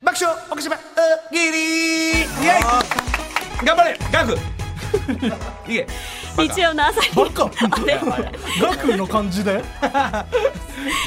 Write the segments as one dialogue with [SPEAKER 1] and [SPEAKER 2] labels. [SPEAKER 1] 笑おかしばおぎりイエイ頑張れガク いけ
[SPEAKER 2] 日曜の朝に
[SPEAKER 3] バカ
[SPEAKER 2] あれ
[SPEAKER 3] 楽の感じで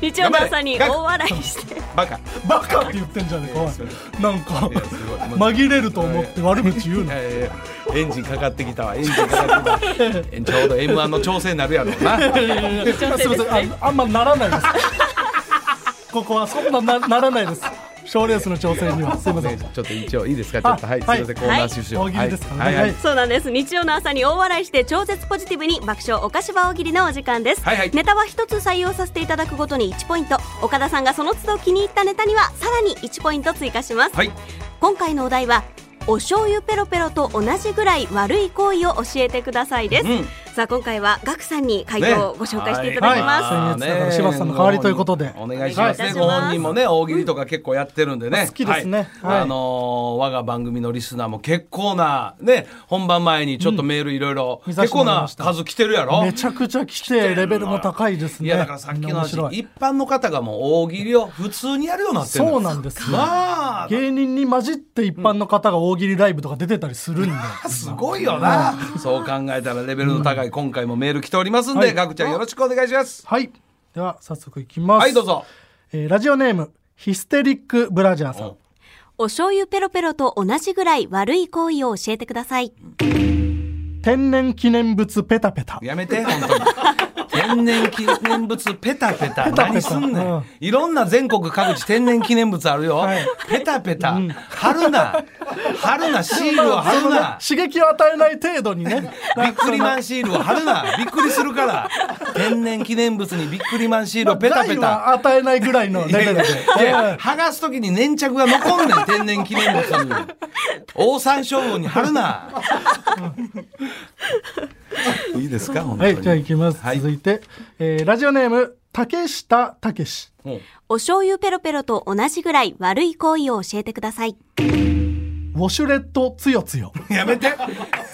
[SPEAKER 2] 日曜の朝に大笑いして
[SPEAKER 1] バカ
[SPEAKER 3] バカって言ってんじゃねえかおいなんか
[SPEAKER 1] いやすごい
[SPEAKER 3] 紛れると思って悪口言う
[SPEAKER 1] い
[SPEAKER 3] な
[SPEAKER 1] やいやいやエンジンかかってきたわエンジンかか ってきたちょうど M1 の調整になるやろう な
[SPEAKER 3] すいませんああんまならないですここはそんななならないです賞レースの挑戦にはすいません
[SPEAKER 1] ちょっと一応いいですかちょっと
[SPEAKER 3] あ
[SPEAKER 1] はいすいま
[SPEAKER 3] はい
[SPEAKER 1] せんコーナー終了
[SPEAKER 3] はい大喜利ですからね
[SPEAKER 1] はいはい
[SPEAKER 3] はい
[SPEAKER 2] そうなんです日曜の朝に大笑いして超絶ポジティブに爆笑おかしば大喜利のお時間です、
[SPEAKER 1] はいはい
[SPEAKER 2] ネタは一つ採用させていただくごとに1ポイント岡田さんがその都度気に入ったネタにはさらに1ポイント追加します、
[SPEAKER 1] はい
[SPEAKER 2] 今回のお題はお醤油ペロペロと同じぐらい悪い行為を教えてくださいです、
[SPEAKER 1] うん
[SPEAKER 2] さあ今回はガクさんに回答をご紹介していただきます、
[SPEAKER 3] はい先月だから柴田さんの代わりということで
[SPEAKER 1] お願いしますね
[SPEAKER 2] お願いいたします
[SPEAKER 1] ご本人もね大喜利とか結構やってるんでね
[SPEAKER 3] 好きですね
[SPEAKER 1] はい
[SPEAKER 3] はい
[SPEAKER 1] あのー我が番組のリスナーも結構なね本番前にちょっとメールいろいろ
[SPEAKER 3] 見さ
[SPEAKER 1] 結
[SPEAKER 3] せても
[SPEAKER 1] 構
[SPEAKER 3] らいま
[SPEAKER 1] な
[SPEAKER 3] した
[SPEAKER 1] 数来てるやろ
[SPEAKER 3] めちゃくちゃ来てレベルも高いですね
[SPEAKER 1] いやだからさっきの
[SPEAKER 3] 面
[SPEAKER 1] 話
[SPEAKER 3] 白い
[SPEAKER 1] 一般の方がもう大喜利を普通にやるようになってる
[SPEAKER 3] そうなんですよ
[SPEAKER 1] まあ
[SPEAKER 3] 芸人に混じって一般の方が大喜利ライブとか出てたりするんで、
[SPEAKER 1] すごいよなそう考えたらレベルの高い今回もメール来ておりますん
[SPEAKER 3] は
[SPEAKER 1] で
[SPEAKER 3] い
[SPEAKER 1] ガクちゃんよろしくお願いします
[SPEAKER 3] はいでは早速いきます
[SPEAKER 1] はいどう、ぞ
[SPEAKER 3] えーラジオネームヒステリックブラジャーさん
[SPEAKER 2] お醤油ペロペロと同じぐらい悪い行為を教えてください
[SPEAKER 3] 天然記念物ペタペタ
[SPEAKER 1] やめて、本当に。天然記念物ペタペタ。何すんね
[SPEAKER 3] うんん。
[SPEAKER 1] いろんな全国各地天然記念物あるよ。ペタペタ。貼るな。貼るな。シールを貼るな。
[SPEAKER 3] 刺激を与えない程度にね
[SPEAKER 1] ビックリマンシールを貼るな。びっくりするから。天然記念物にビックリマンシー ルをペタペ
[SPEAKER 3] 害
[SPEAKER 1] タ。
[SPEAKER 3] は与えないぐらいのレベルで
[SPEAKER 1] いや剥がすときに粘着が残んねん、天然記念物に。オオサンショウウオに貼るな。いいですか、本当
[SPEAKER 3] は
[SPEAKER 1] に。
[SPEAKER 3] いじゃあいきます、
[SPEAKER 1] はい
[SPEAKER 3] 続いて、えーラジオネーム竹下武志
[SPEAKER 1] うん
[SPEAKER 2] お醤油ペロペロと同じぐらい悪い行為を教えてください
[SPEAKER 3] ウォシュレットつよ つよ
[SPEAKER 1] やめて。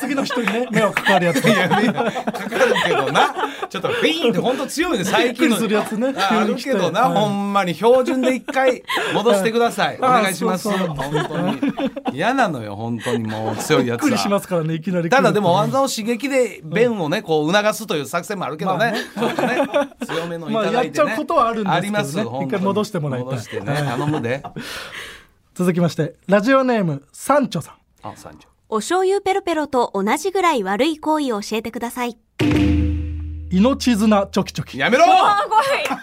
[SPEAKER 3] 次の人にね目をかかるやつ
[SPEAKER 1] いやいやかかるけどなちょっとフィーンって本当強いね最近の
[SPEAKER 3] びっくりするやつね
[SPEAKER 1] ああ
[SPEAKER 3] 急
[SPEAKER 1] る
[SPEAKER 3] に来て
[SPEAKER 1] けどな、
[SPEAKER 3] はい
[SPEAKER 1] ほんまに標準で一回戻してくださいお
[SPEAKER 3] あ
[SPEAKER 1] 願いします
[SPEAKER 3] そうそう
[SPEAKER 1] 本当に嫌なのよ本当にもう強い
[SPEAKER 3] びっ
[SPEAKER 1] やつ
[SPEAKER 3] くりしま
[SPEAKER 1] は
[SPEAKER 3] すからねいきなり来ると
[SPEAKER 1] ただでも技を刺激で便をねこう促すという作戦もあるけどね,、ちょっとね強めのいただいて、ね
[SPEAKER 3] まあやっちゃうことはあるんですけどね
[SPEAKER 1] あります本当に
[SPEAKER 3] 一回戻してもらいたい
[SPEAKER 1] 戻してね頼むで
[SPEAKER 3] 続きましてラジオネームサンチョさん
[SPEAKER 1] あ三条
[SPEAKER 2] お醤油ペロペロと同じぐらい悪い行為を教えてください。
[SPEAKER 3] 命綱チョキチョキ
[SPEAKER 1] や めろ
[SPEAKER 2] あ、ごい。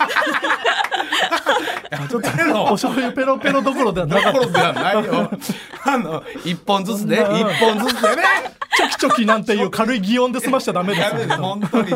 [SPEAKER 1] ちょっとやめろ
[SPEAKER 3] お醤油ペロペロどころではなか
[SPEAKER 1] と
[SPEAKER 3] っ
[SPEAKER 1] ころ
[SPEAKER 3] た
[SPEAKER 1] ではないよ。あの、一本ずつで、一
[SPEAKER 3] うん
[SPEAKER 1] 本ずつでね。
[SPEAKER 3] チョキチョキなんていう軽い擬音で済ましちゃダメです
[SPEAKER 1] や
[SPEAKER 3] よ
[SPEAKER 1] めて、本当に。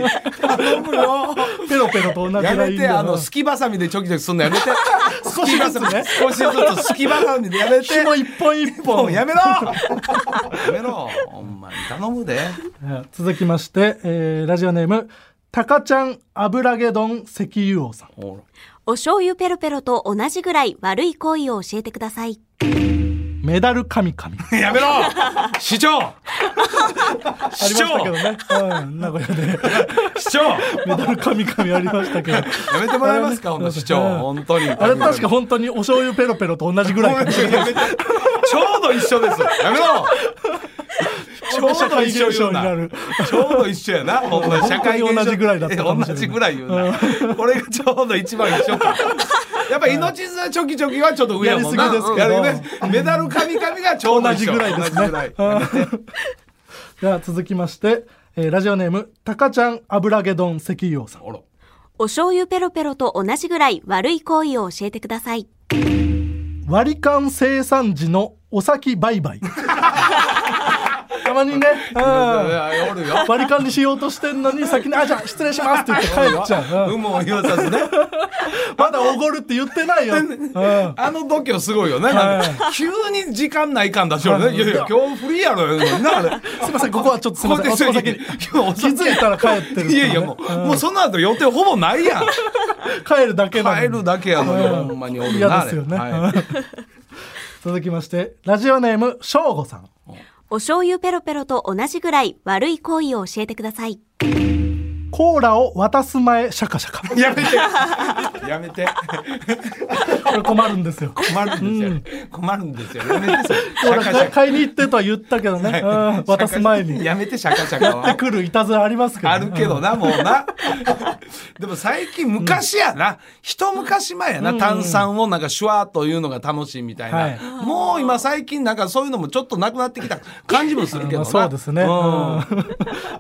[SPEAKER 1] 頼むよ。
[SPEAKER 3] ペロペロと同じ
[SPEAKER 1] や
[SPEAKER 3] ライ
[SPEAKER 1] めて、
[SPEAKER 3] ンで
[SPEAKER 1] あの、すきばさみでチョキチョキすんのやめて。
[SPEAKER 3] 少しずつね
[SPEAKER 1] 少しずつすきばさみでやめて。
[SPEAKER 3] 紐一本一
[SPEAKER 1] も
[SPEAKER 3] 本
[SPEAKER 1] うやめろやめろ。ほんまに頼むで。
[SPEAKER 3] えー続きまして、えーラジオネームたかちゃん油揚げ丼石油王さん
[SPEAKER 1] ほ
[SPEAKER 2] お醤油ペロペロと同じぐらい悪い行為を教えてください。
[SPEAKER 3] メダル神々あ
[SPEAKER 1] らやめろ市長
[SPEAKER 3] り
[SPEAKER 1] 市
[SPEAKER 3] ました
[SPEAKER 1] 長
[SPEAKER 3] けどね、うん、名古屋で
[SPEAKER 1] 市長
[SPEAKER 3] メダル神々ありましたけど
[SPEAKER 1] やめてもらえますか、ほんと市長。
[SPEAKER 3] うん
[SPEAKER 1] 本当に。
[SPEAKER 3] あれ確か本当にお醤油ペロペロと同じぐらいか もしれない
[SPEAKER 1] やめてちょうど一緒です。やめろ。ちょうど一緒言うな。 ちょうど一緒やな。ほんまに社会現象
[SPEAKER 3] 本当に同じぐらいだったかもしれない
[SPEAKER 1] 同じぐらい言うな。これがちょうど一番一 緒か。やっぱ命綱チョキチョキはちょっと上やもんな。
[SPEAKER 3] やりすぎですけど
[SPEAKER 1] やりすぎメダル神々がちょうど一緒
[SPEAKER 3] 同じぐらいですね
[SPEAKER 1] 同じぐらいやめ て
[SPEAKER 3] では続きまして、えーラジオネームたかちゃん油揚げ丼石油王さん
[SPEAKER 1] おろ
[SPEAKER 2] お醤油ペロペロと同じぐらい悪い行為を教えてください。
[SPEAKER 3] 割り勘生産時のお先売 買たまにね、うん
[SPEAKER 1] おるよ。
[SPEAKER 3] 割り勘にしようとしてんのに先に「あじゃあ失礼します」って言って帰っちゃう、うん
[SPEAKER 1] 有無を言わさずね。
[SPEAKER 3] まだおごるって言ってないよ、うん
[SPEAKER 1] あの度胸すごいよね。なんか急に時間ない感出しよるね。いやいや、今日フリーやろよ。言うのになあれ。
[SPEAKER 3] すいませんここはちょっとすいませんお先に
[SPEAKER 1] 今日
[SPEAKER 3] 気づいたら帰ってる、
[SPEAKER 1] いやいやもう、もうその後予定ほぼないやん。
[SPEAKER 3] 帰るだけなの
[SPEAKER 1] 帰
[SPEAKER 3] に
[SPEAKER 1] るだけやのに、ほんまにおる
[SPEAKER 3] 嫌
[SPEAKER 1] な。
[SPEAKER 3] ですよね、
[SPEAKER 1] あれ はい
[SPEAKER 3] 続きましてラジオネームしょうごさん
[SPEAKER 2] お醤油ペロペロと同じぐらい悪い行為を教えてください。
[SPEAKER 3] コーラを渡す前シャカシャカ
[SPEAKER 1] やめてやめて
[SPEAKER 3] これ困るんですよ
[SPEAKER 1] 困るんですよ、困るんですよやめて
[SPEAKER 3] コ
[SPEAKER 1] シ
[SPEAKER 3] ー
[SPEAKER 1] ャカ
[SPEAKER 3] ラ
[SPEAKER 1] シャカ
[SPEAKER 3] 買いに行ってとは言ったけどね、うん渡す前に
[SPEAKER 1] やめてシャカシャカ
[SPEAKER 3] やって
[SPEAKER 1] は
[SPEAKER 3] くるいたずらありますけど、
[SPEAKER 1] あるけどなもうな でも最近昔やな、一昔前やな、炭酸をなんかシュワーというのが楽しいみたいな、
[SPEAKER 3] はい
[SPEAKER 1] もう今最近なんかそういうのもちょっとなくなってきた感じもするけど
[SPEAKER 3] まあ
[SPEAKER 1] な
[SPEAKER 3] そうですね、
[SPEAKER 1] うん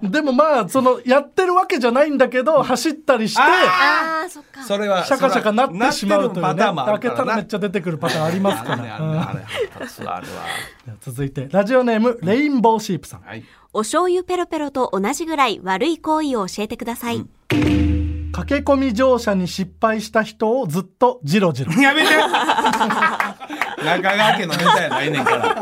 [SPEAKER 3] うん でもまあそのやってるわけじゃないんだけど走ったりして
[SPEAKER 2] あーそっか
[SPEAKER 1] それは
[SPEAKER 3] シャカシャカなってしまうという
[SPEAKER 1] な
[SPEAKER 3] ね
[SPEAKER 1] ってるパターンもあ
[SPEAKER 3] 開
[SPEAKER 1] るか
[SPEAKER 3] けた
[SPEAKER 1] ら
[SPEAKER 3] ら
[SPEAKER 1] な
[SPEAKER 3] めっちゃ出てくるパターンあります か
[SPEAKER 1] あ
[SPEAKER 3] ら、
[SPEAKER 1] る
[SPEAKER 3] う
[SPEAKER 1] ねあ
[SPEAKER 3] ん
[SPEAKER 1] るねあれ腹立つわあれは
[SPEAKER 3] じゃあ続いてラジオネームレインボーシープさん
[SPEAKER 1] はい
[SPEAKER 2] お醤油ペロペロと同じぐらい悪い行為を教えてください、
[SPEAKER 3] 駆け込み乗車に失敗した人をずっとジロ ジロ
[SPEAKER 1] やめて中川家のネタやないねんから。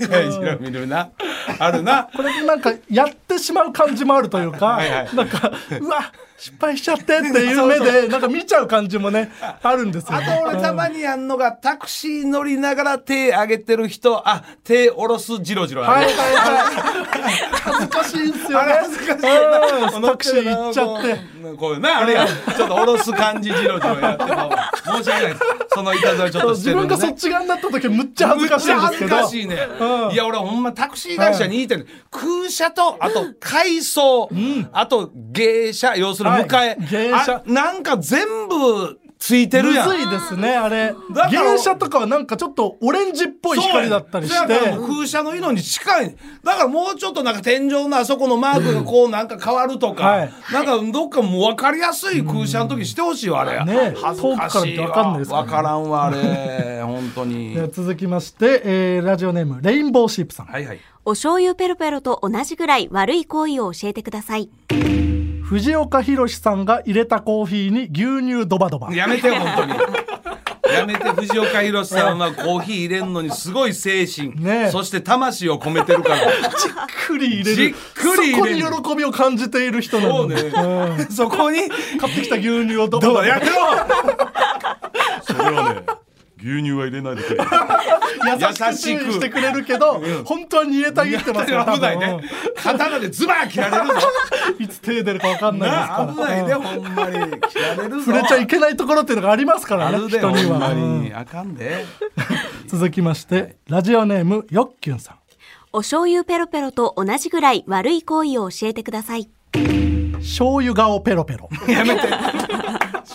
[SPEAKER 1] 後ろ見るな。あるな。
[SPEAKER 3] これなんかやってしまう感じもあるというか
[SPEAKER 1] はいはい
[SPEAKER 3] なんかうわ失敗しちゃってっていう目でなんか見ちゃう感じもねあるんですよ、
[SPEAKER 1] あ
[SPEAKER 3] ね、
[SPEAKER 1] と俺たまにやんのがタクシー乗りながら手上げてる人、あ、手下ろすジロジロあ
[SPEAKER 3] はい
[SPEAKER 1] る
[SPEAKER 3] はいはい恥ずかしいんすよ
[SPEAKER 1] あ
[SPEAKER 3] ね
[SPEAKER 1] れ恥ずかしいな
[SPEAKER 3] うんタクシー行っちゃって。
[SPEAKER 1] こういうな、あれや。ちょっと下ろす感じジロジロやっても申し訳ないです。そのいたずらちょっとして
[SPEAKER 3] 自
[SPEAKER 1] る
[SPEAKER 3] 分
[SPEAKER 1] んで
[SPEAKER 3] が
[SPEAKER 1] ね
[SPEAKER 3] そっち側になった時むっちゃ恥ずかしいんですけど
[SPEAKER 1] めっちゃ恥ずかしいね。
[SPEAKER 3] うん
[SPEAKER 1] いや、俺ほんまタクシー会社にいてる。空車と、あと海藻、あと芸者、要するに迎え。
[SPEAKER 3] はい芸者
[SPEAKER 1] あなんか全部ついてるやん。
[SPEAKER 3] むずいですねあれ
[SPEAKER 1] だから
[SPEAKER 3] 芸者とかはなんかちょっとオレンジっぽい光だったりし
[SPEAKER 1] そうやねだか
[SPEAKER 3] て
[SPEAKER 1] らもう空車の色に近い。だからもうちょっとなんか天井のあそこのマークがこうなんか変わると
[SPEAKER 3] は
[SPEAKER 1] か
[SPEAKER 3] い、
[SPEAKER 1] なんかどっかもう分かりやすい空車の時してほしいわ、あれ。
[SPEAKER 3] ね
[SPEAKER 1] 恥ずかしい
[SPEAKER 3] 遠くから見て分かんない
[SPEAKER 1] わ。
[SPEAKER 3] ですからね
[SPEAKER 1] 分からんわ、あれ。本当に
[SPEAKER 3] で。は続きまして、えーラジオネームレインボーシープさん
[SPEAKER 1] はいはい。
[SPEAKER 2] お醤油ペロペロと同じぐらい悪い行為を教えてください
[SPEAKER 3] 藤岡弘さんが入れたコーヒーに牛乳ドバドバ
[SPEAKER 1] やめてよ本当に。やめて藤岡弘さんはコーヒー入れるのにすごい精神、
[SPEAKER 3] ねえ
[SPEAKER 1] そして魂を込めてるから
[SPEAKER 3] じっくり入れる
[SPEAKER 1] じっくり入れる
[SPEAKER 3] そこに喜びを感じている人
[SPEAKER 1] そ
[SPEAKER 3] なの
[SPEAKER 1] う
[SPEAKER 3] に
[SPEAKER 1] ね、そこに
[SPEAKER 3] 買ってきた牛乳をドバ
[SPEAKER 1] ど
[SPEAKER 3] ド
[SPEAKER 1] う
[SPEAKER 3] バ
[SPEAKER 1] だやめろ
[SPEAKER 4] それはね、牛乳は入れないでくれ。
[SPEAKER 3] 優しくしてくれるけど、本当は逃げたぎってますよ
[SPEAKER 1] 危ないね刀でズバー切られるぞ
[SPEAKER 3] 多分いつ手出るか分かんないですから
[SPEAKER 1] な危ないねほんまに切られるぞ
[SPEAKER 3] 触れちゃいけないところっていうのがありますから
[SPEAKER 1] あ
[SPEAKER 3] ね
[SPEAKER 1] るで
[SPEAKER 3] 人
[SPEAKER 1] ほ
[SPEAKER 3] に
[SPEAKER 1] ん
[SPEAKER 3] は、
[SPEAKER 1] ま
[SPEAKER 3] うん
[SPEAKER 1] にあかんで
[SPEAKER 3] 続きましてラジオネームよっきゅんさん
[SPEAKER 2] お醤油ペロペロと同じぐらい悪い行為を教えてください
[SPEAKER 3] 醤油顔ペロペロ
[SPEAKER 1] やめて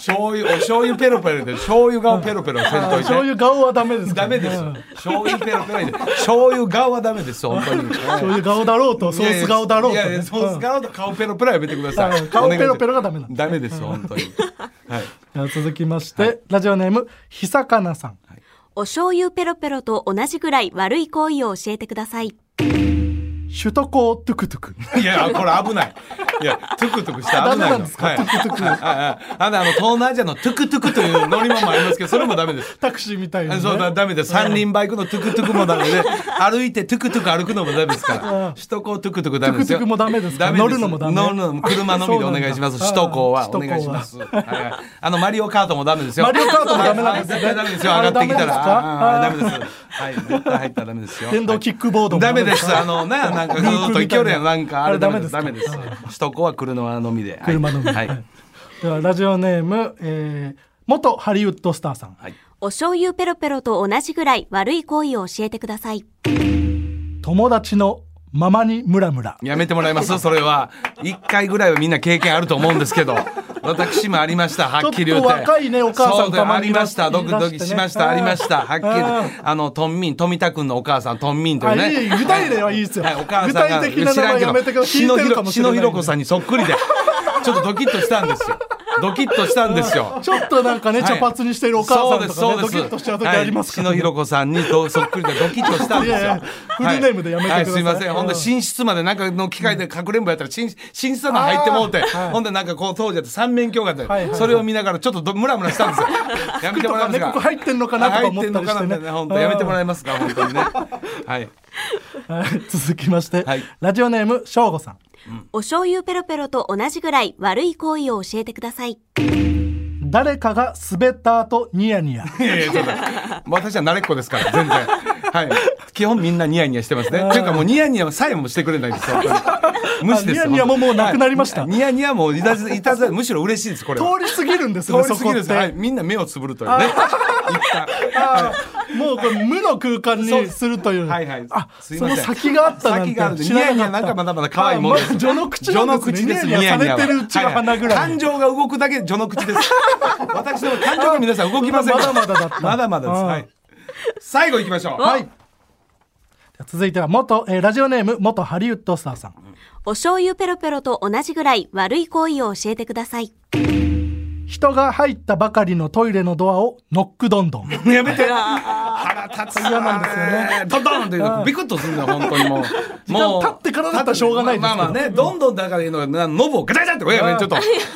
[SPEAKER 1] 醤油お醤油ペロペロで醤油顔ペロペロせんといて
[SPEAKER 3] 醤油顔はダメですか
[SPEAKER 1] ダ
[SPEAKER 3] らね
[SPEAKER 1] メです
[SPEAKER 3] う
[SPEAKER 1] よ
[SPEAKER 3] ん
[SPEAKER 1] 醤油ペロペロで醤油顔はダメです本当に
[SPEAKER 3] 醤油顔だろうとソース顔だろう
[SPEAKER 1] い
[SPEAKER 3] と
[SPEAKER 1] やい
[SPEAKER 3] ね
[SPEAKER 1] やソース顔と顔ペロペロはやめてくださ
[SPEAKER 3] う
[SPEAKER 1] い
[SPEAKER 3] ん顔ペロペロがダメなん
[SPEAKER 1] で
[SPEAKER 3] です
[SPEAKER 1] ダメです本当にはい
[SPEAKER 3] では続きまして、ラジオネームひさかなさん
[SPEAKER 2] お醤油ペロペロと同じぐらい悪い行為を教えてください
[SPEAKER 3] 首都高トゥクトゥク
[SPEAKER 1] いやこれ危ないいやトゥクトゥクしたら危ない
[SPEAKER 3] ダ
[SPEAKER 1] の
[SPEAKER 3] メなんですか
[SPEAKER 1] はいはいはいあのあの東南アジアのトゥクトゥクという乗り物もありますけどそれもダメです
[SPEAKER 3] タクシーみたいな、ね、
[SPEAKER 1] そうだダメです三輪バイクのトゥクトゥクもダメで歩いてトゥクトゥク歩くのもダメですから首都高トゥクトゥクダメですよ
[SPEAKER 3] トゥクトゥクもダメですか
[SPEAKER 1] ダメ
[SPEAKER 3] 乗るのもダメ
[SPEAKER 1] 乗るのも車のみでお願いします
[SPEAKER 3] そう
[SPEAKER 1] 首
[SPEAKER 3] なんだ
[SPEAKER 1] 都高は
[SPEAKER 3] あー
[SPEAKER 1] お願いしますはいはいあのマリオカートもダメですよ
[SPEAKER 3] マリオカートもダメなんですね
[SPEAKER 1] はい絶対ダメですよ
[SPEAKER 3] あ
[SPEAKER 1] 上
[SPEAKER 3] れ
[SPEAKER 1] がってきたらあ
[SPEAKER 3] ダ
[SPEAKER 1] ー
[SPEAKER 3] メ
[SPEAKER 1] ダ
[SPEAKER 3] で
[SPEAKER 1] メ
[SPEAKER 3] すか
[SPEAKER 1] ですはい絶対入ったらダメですよ
[SPEAKER 3] 電動キックボードも
[SPEAKER 1] ダメです。あのね、なんかずーっといけるやん。なんか、あ
[SPEAKER 3] あ
[SPEAKER 1] れ
[SPEAKER 3] れ
[SPEAKER 1] ダ
[SPEAKER 3] ダ
[SPEAKER 1] メ
[SPEAKER 3] メ
[SPEAKER 1] で。
[SPEAKER 3] ですす
[SPEAKER 1] ダメです。首都高は車のみで。はい
[SPEAKER 3] 車のみで
[SPEAKER 1] はい。
[SPEAKER 3] ではラジオネーム、えー、元ハリウッドスターさん、
[SPEAKER 1] はい
[SPEAKER 2] お醤油ペロペロと同じぐらい悪い行為を教えてください
[SPEAKER 3] 友達のママにムラムラ
[SPEAKER 1] やめてもらいますそれは。一回ぐらいはみんな経験あると思うんですけど。私もありました、はっきり言って。
[SPEAKER 3] ちょっと若いねお母さん
[SPEAKER 1] そうだ
[SPEAKER 3] たま
[SPEAKER 1] あ
[SPEAKER 3] に
[SPEAKER 1] りました、
[SPEAKER 3] い
[SPEAKER 1] ド
[SPEAKER 3] らっし
[SPEAKER 1] キ
[SPEAKER 3] ゃってね
[SPEAKER 1] ドキしました、ありました、はっきり。あの、トンミン、富田君のお母さん、トンミンという
[SPEAKER 3] あいいいい
[SPEAKER 1] ね。
[SPEAKER 3] 具体例はいいですよ、
[SPEAKER 1] はい、お母
[SPEAKER 3] 具
[SPEAKER 1] さんが
[SPEAKER 3] 体的な名前やめてください
[SPEAKER 1] 篠
[SPEAKER 3] 聞いてるか
[SPEAKER 1] 広
[SPEAKER 3] もしれ
[SPEAKER 1] 篠
[SPEAKER 3] ない
[SPEAKER 1] 広子さんにそっくりでちょっとドキッとしたんですよドキッとしたんですよ
[SPEAKER 3] ちょっとなんかね、
[SPEAKER 1] はい
[SPEAKER 3] 茶髪にしているお母さんとかね、
[SPEAKER 1] そうで
[SPEAKER 3] ド
[SPEAKER 1] す
[SPEAKER 3] キ
[SPEAKER 1] そうです
[SPEAKER 3] ッとしちゃう時ありますから、
[SPEAKER 1] はい、篠
[SPEAKER 3] ね
[SPEAKER 1] ひろ子さんにどそっくりでドキッとしたんですよ
[SPEAKER 3] いやいやフルネームでやめてください
[SPEAKER 1] はい、すいませんほんで
[SPEAKER 3] うん
[SPEAKER 1] 寝室までなんかの機械でかくれんぼやったら寝寝室の中入ってもうて、
[SPEAKER 3] はい
[SPEAKER 1] ほんでなんかこう当時やった三面鏡があって、
[SPEAKER 3] はいはいはい
[SPEAKER 1] それを見ながらちょっとどムラムラしたんで すよやめてもらえます
[SPEAKER 3] とかね
[SPEAKER 1] か
[SPEAKER 3] ここ入ってんのかなとか思ったりしてね
[SPEAKER 1] 入んのかなみいな本当やめてもらえますか本当に ねはい
[SPEAKER 3] はい 続きまして、
[SPEAKER 1] はい
[SPEAKER 3] ラジオネームしょうごさん
[SPEAKER 2] お醤油ペロペロと同じぐらい悪い行為を教えてください
[SPEAKER 3] 誰かが滑った後ニヤ ニヤ
[SPEAKER 1] いやいやちょっと私は慣れっこですから全然はい基本みんなニヤニヤしてますねっていうかもうニヤニヤさえもしてくれないです本当に無視です
[SPEAKER 3] あニヤニヤももうなくなりました
[SPEAKER 1] はいニヤニヤもういたずいたずむしろ嬉しいですこれ
[SPEAKER 3] 通
[SPEAKER 1] は
[SPEAKER 3] り過ぎるんです
[SPEAKER 1] 通
[SPEAKER 3] ね
[SPEAKER 1] り過ぎるんです
[SPEAKER 3] そこ
[SPEAKER 1] は
[SPEAKER 3] っ
[SPEAKER 1] い
[SPEAKER 3] て
[SPEAKER 1] みんな目をつぶるというね一旦
[SPEAKER 3] あーもうこれ無の空間
[SPEAKER 1] そう
[SPEAKER 3] にするという
[SPEAKER 1] はいはい
[SPEAKER 3] あ
[SPEAKER 1] すい
[SPEAKER 3] そ
[SPEAKER 1] ませ
[SPEAKER 3] の
[SPEAKER 1] ん
[SPEAKER 3] 先があったなんて
[SPEAKER 1] 先があるんで
[SPEAKER 3] 知らなかった
[SPEAKER 1] ニヤニヤなんかまだまだ可愛いもんです
[SPEAKER 3] あまあ序の口なん
[SPEAKER 1] 序の
[SPEAKER 3] ですね
[SPEAKER 1] 口です
[SPEAKER 3] ニヤニヤ
[SPEAKER 1] ニヤニヤは
[SPEAKER 3] されてるうちの鼻ぐらい
[SPEAKER 1] はは感情が動くだけ序の口 です私の感情が皆さん動きません
[SPEAKER 3] まだまだだった
[SPEAKER 1] まだまだです
[SPEAKER 3] あー
[SPEAKER 1] はい最後いきましょう
[SPEAKER 3] はい続いては元、えーラジオネーム元ハリウッドスターさん
[SPEAKER 2] お醤油ペロペロと同じぐらい悪い行為を教えてください。
[SPEAKER 3] 人が入ったばかりのトイレのドアをノックどんどん
[SPEAKER 1] やめて腹立つ嫌なんですよねドドンっていうビクッとするんだよ本当にもうもう
[SPEAKER 3] 時間経ってからだったらしょうがないですけど
[SPEAKER 1] まあまあねどんどんだからいいのがなノブをガチャガチャって親がねちょっ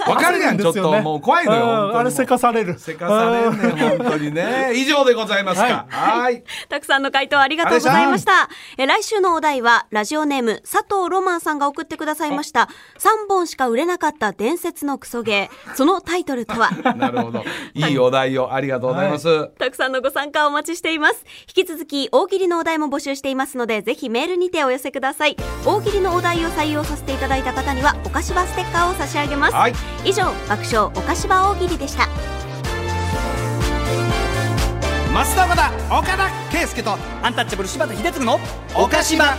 [SPEAKER 1] とわかるやんちょっともう怖いのよ本
[SPEAKER 3] あ
[SPEAKER 1] 当
[SPEAKER 3] ー
[SPEAKER 1] に
[SPEAKER 3] あれせかされる
[SPEAKER 1] せかされんねん本当にね以上でございますかはい
[SPEAKER 2] たくさんの回答ありがとうございました。え来週のお題は、ラジオネーム、佐藤ロマンさんが送ってくださいました、3本しか売れなかった伝説のクソゲー。そのタイトルとは
[SPEAKER 1] なるほどいいお題をありがとうございます
[SPEAKER 2] たくさんのご参加をお待ちしています。引き続き、大喜利のお題も募集していますので、ぜひメールにてお寄せください。大喜利のお題を採用させていただいた方には、お菓子場ステッカーを差し上げます。
[SPEAKER 1] はい
[SPEAKER 2] 以上、爆笑お菓子場大喜利でした。
[SPEAKER 5] 増田岡田岡田圭佑とアンタッチャブル柴田秀嗣の岡島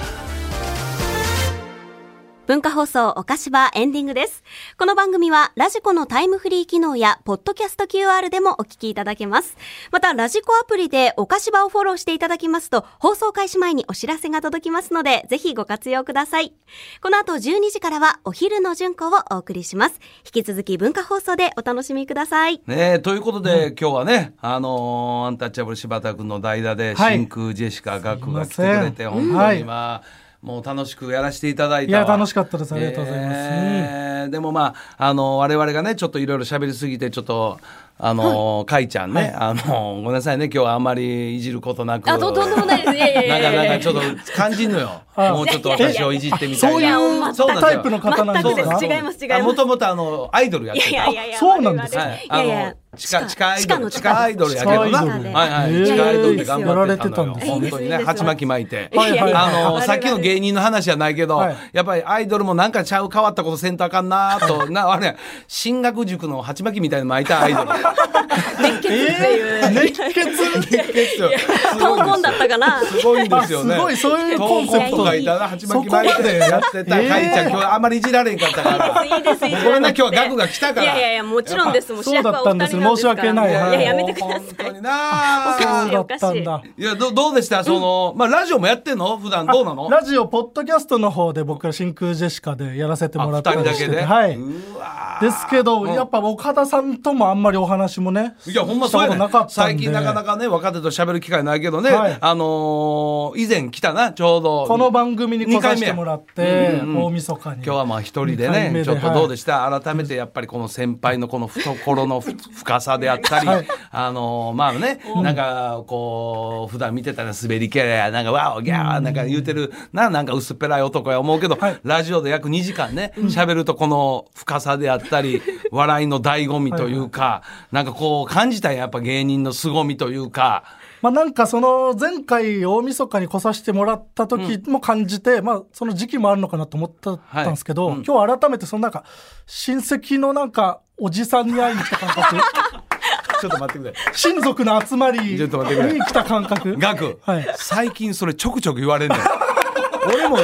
[SPEAKER 2] 文化放送おかしばエンディングです。この番組はラジコのタイムフリー機能やポッドキャスト QR でもお聞きいただけます。またラジコアプリでおかしばをフォローしていただきますと放送開始前にお知らせが届きますのでぜひご活用ください。この後12時からはお昼の順行をお送りします。引き続き文化放送でお楽しみください。
[SPEAKER 1] ねえということで、今日はね、あのーアンタッチャブル柴田君の代打で、
[SPEAKER 3] はい
[SPEAKER 1] 真空ジェシカガクが来
[SPEAKER 3] すい
[SPEAKER 1] て
[SPEAKER 3] ません
[SPEAKER 1] くれて、本
[SPEAKER 3] は
[SPEAKER 1] 当に
[SPEAKER 3] い
[SPEAKER 1] まあ、もう楽しくやらせていただいた
[SPEAKER 3] いや楽しかったですありがとうございます
[SPEAKER 1] えーでもまあ、あの我々がね、ちょっといろいろ喋りすぎて、ちょっと、あのーかいちゃんね、あのーごめんなさいね、今日はあんまりいじることなく。
[SPEAKER 2] あととんでもないですいやいやいやいや
[SPEAKER 1] なんか、なんかちょっと感じんのよ。もうちょっと私をいじってみたいな。
[SPEAKER 3] そういう
[SPEAKER 1] そうなんですよ
[SPEAKER 3] タイプの方なんです
[SPEAKER 1] 全
[SPEAKER 3] か
[SPEAKER 1] く
[SPEAKER 2] 違います違いま
[SPEAKER 1] あ
[SPEAKER 2] す
[SPEAKER 1] もともとあの、アイドルやってた。
[SPEAKER 2] い
[SPEAKER 3] あそうなんですか
[SPEAKER 1] はい、
[SPEAKER 2] 我
[SPEAKER 1] あ
[SPEAKER 2] 々いやい
[SPEAKER 1] の
[SPEAKER 2] や、
[SPEAKER 1] 地下、地下アイドル、地
[SPEAKER 2] 地
[SPEAKER 1] 下
[SPEAKER 2] 下
[SPEAKER 1] アイドルやけどな。
[SPEAKER 3] 地下ア
[SPEAKER 1] は
[SPEAKER 3] イドル
[SPEAKER 1] いはい、
[SPEAKER 3] ね
[SPEAKER 1] 地下アイドルで頑張ってた
[SPEAKER 3] やられてたん
[SPEAKER 1] のよ。
[SPEAKER 3] です
[SPEAKER 1] 本当にね、
[SPEAKER 2] いいですよいいですよ
[SPEAKER 1] 鉢巻き巻いて。
[SPEAKER 3] はいはい
[SPEAKER 1] あの、
[SPEAKER 2] 我々
[SPEAKER 1] さっきの芸人の話じゃないけど
[SPEAKER 3] はい、
[SPEAKER 1] やっぱりアイドルもなんかちゃう変わったことせんとあかんなと、な、あれ、進学塾の鉢巻きみたいに巻いたアイドル。
[SPEAKER 3] 熱血
[SPEAKER 1] ですよすごい
[SPEAKER 2] 闘魂だったかな
[SPEAKER 1] すごいんですよね。
[SPEAKER 3] あすごいそういうコンセプ
[SPEAKER 1] 闘
[SPEAKER 3] ト
[SPEAKER 1] 魂がいたな、鉢巻き巻いてやってた。
[SPEAKER 3] そこまで
[SPEAKER 1] かいちゃん、今日あんまりいじられんかったから。
[SPEAKER 2] いいですいいです
[SPEAKER 1] ごめんな今日はガクが来たから
[SPEAKER 2] いやいやいやもちろんですもう
[SPEAKER 3] そうだったんです
[SPEAKER 2] 主役はお二人なんですから
[SPEAKER 3] 申し訳ない
[SPEAKER 2] や
[SPEAKER 3] はい
[SPEAKER 2] ややめてください
[SPEAKER 1] 本当にな
[SPEAKER 3] そうだ
[SPEAKER 2] お
[SPEAKER 3] っ
[SPEAKER 2] かしい
[SPEAKER 3] たんだ
[SPEAKER 1] いやどどうでしたその、まあラジオもやってんの普段どうなの？
[SPEAKER 3] ラジオポッドキャストの方で僕ら真空ジェシカでやらせてもらった
[SPEAKER 1] あ二人
[SPEAKER 3] り
[SPEAKER 1] だ
[SPEAKER 3] し
[SPEAKER 1] け
[SPEAKER 3] て
[SPEAKER 1] で
[SPEAKER 3] てはい
[SPEAKER 1] うんうわー
[SPEAKER 3] ですけど
[SPEAKER 1] うん
[SPEAKER 3] やっぱ岡田さんともあんまりお話もね
[SPEAKER 1] いやほんまそうや
[SPEAKER 3] し
[SPEAKER 1] ね
[SPEAKER 3] たことなかったんで
[SPEAKER 1] 最近なかなかね若手と喋る機会ないけどね、
[SPEAKER 3] はい
[SPEAKER 1] あのー以前来たなちょうど
[SPEAKER 3] この番組に来させてもらって
[SPEAKER 1] 二回目うんうんうん
[SPEAKER 3] 大晦日に
[SPEAKER 1] 今日はまあ一人で
[SPEAKER 3] 二回目
[SPEAKER 1] ね
[SPEAKER 3] で
[SPEAKER 1] ちょっと
[SPEAKER 3] はい
[SPEAKER 1] どうでした、改めてやっぱりこの先輩のこの懐のふ 深さであったり、
[SPEAKER 3] はい
[SPEAKER 1] あのーまあねなんかこう普段見てたら滑り気やなんかわおギャーなんか言うてるななんか薄っぺらい男や思うけど、ラジオで約2時間ね喋るとこの深さであった り笑いの醍醐味というかなんかこう感じたんややっぱ芸人の凄みというか。
[SPEAKER 3] まあなんかその前回大晦日に来させてもらった時も感じて、まあその時期もあるのかなと思ったんですけど、
[SPEAKER 1] はいうん
[SPEAKER 3] 今日改めてそのなんか親戚のなんかおじさんに会いに来た 感覚
[SPEAKER 1] ちょっと待ってくれ
[SPEAKER 3] 親族の集まりに
[SPEAKER 1] ちょっと待ってくれ
[SPEAKER 3] 来た感覚
[SPEAKER 1] ガク、
[SPEAKER 3] はい
[SPEAKER 1] 最近それちょくちょく言われんねん俺も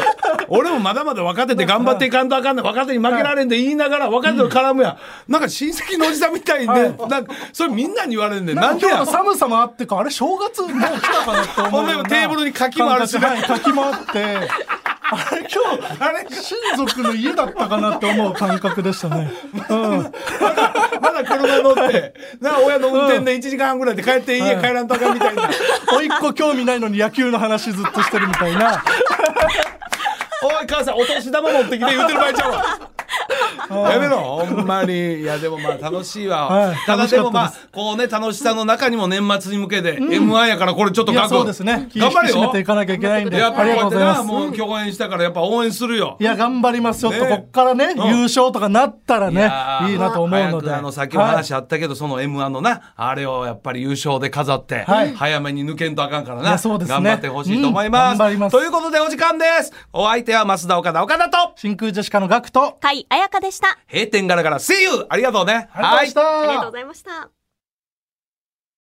[SPEAKER 1] 俺もまだまだ若手で頑張っていかんとあかんねん若手に負けられんで言いながら若手と絡むやんなんか親戚のおじさんみたいで、
[SPEAKER 3] はい
[SPEAKER 1] なんかそれみんなに言われんねんな
[SPEAKER 3] なんん
[SPEAKER 1] で
[SPEAKER 3] か今日
[SPEAKER 1] や
[SPEAKER 3] の寒さもあってかあれ正月もう来たかなっ て思うよう
[SPEAKER 1] ほん
[SPEAKER 3] な
[SPEAKER 1] でテーブルに柿もあるし
[SPEAKER 3] 感覚はい柿もあ ってあれ今日あれ親族の家だったかなって思う感覚でしたね、うん、
[SPEAKER 1] まだ車乗ってな親の運転で1時間半ぐらいで帰って家帰らんとあかんみたいな、
[SPEAKER 3] 甥っ子興味ないのに野球の話ずっとしてるみたいな
[SPEAKER 1] おい母さんお年玉持ってきて言うてる場合ちゃうわ やめろほんまにいやでもまあ楽しいわ、
[SPEAKER 3] はい
[SPEAKER 1] ただ
[SPEAKER 3] 楽し
[SPEAKER 1] で
[SPEAKER 3] かったです
[SPEAKER 1] もまあこうね楽しさの中にも年末に向けて、m 1やからこれちょっと
[SPEAKER 3] いや
[SPEAKER 1] 覚
[SPEAKER 3] そう
[SPEAKER 1] 悟
[SPEAKER 3] ですね気を
[SPEAKER 1] 頑
[SPEAKER 3] 引き
[SPEAKER 1] 張れ
[SPEAKER 3] 締めてい
[SPEAKER 1] よ
[SPEAKER 3] かなきゃいけないんで
[SPEAKER 1] やっ
[SPEAKER 3] あ
[SPEAKER 1] ぱ
[SPEAKER 3] り
[SPEAKER 1] り
[SPEAKER 3] がと
[SPEAKER 1] こ
[SPEAKER 3] う
[SPEAKER 1] う
[SPEAKER 3] ご
[SPEAKER 1] や
[SPEAKER 3] ざい
[SPEAKER 1] ってな
[SPEAKER 3] ます
[SPEAKER 1] もう共演したからやっぱ応援するよ
[SPEAKER 3] いや頑張りますよちょっと
[SPEAKER 1] ね
[SPEAKER 3] こっからね
[SPEAKER 1] うん
[SPEAKER 3] 優勝とかなったらね
[SPEAKER 1] やー
[SPEAKER 3] いいなと思うの
[SPEAKER 1] 早
[SPEAKER 3] で
[SPEAKER 1] くあの先も話あったけど、その m 1のなあれをやっぱり優勝で飾って、
[SPEAKER 3] はい
[SPEAKER 1] 早めに抜けんとあかんから
[SPEAKER 3] い
[SPEAKER 1] な、
[SPEAKER 3] やそうですね
[SPEAKER 1] 頑張ってほしいと思います,、
[SPEAKER 3] うん頑張ります
[SPEAKER 1] ということでお時間ですお相手は増田岡田岡田と
[SPEAKER 3] 真空ジェシカのガクと
[SPEAKER 2] 甲斐彩香でした。
[SPEAKER 1] 閉店ガラガラ See you ありがとうね
[SPEAKER 3] ありがとうございました
[SPEAKER 2] ありがとうございました。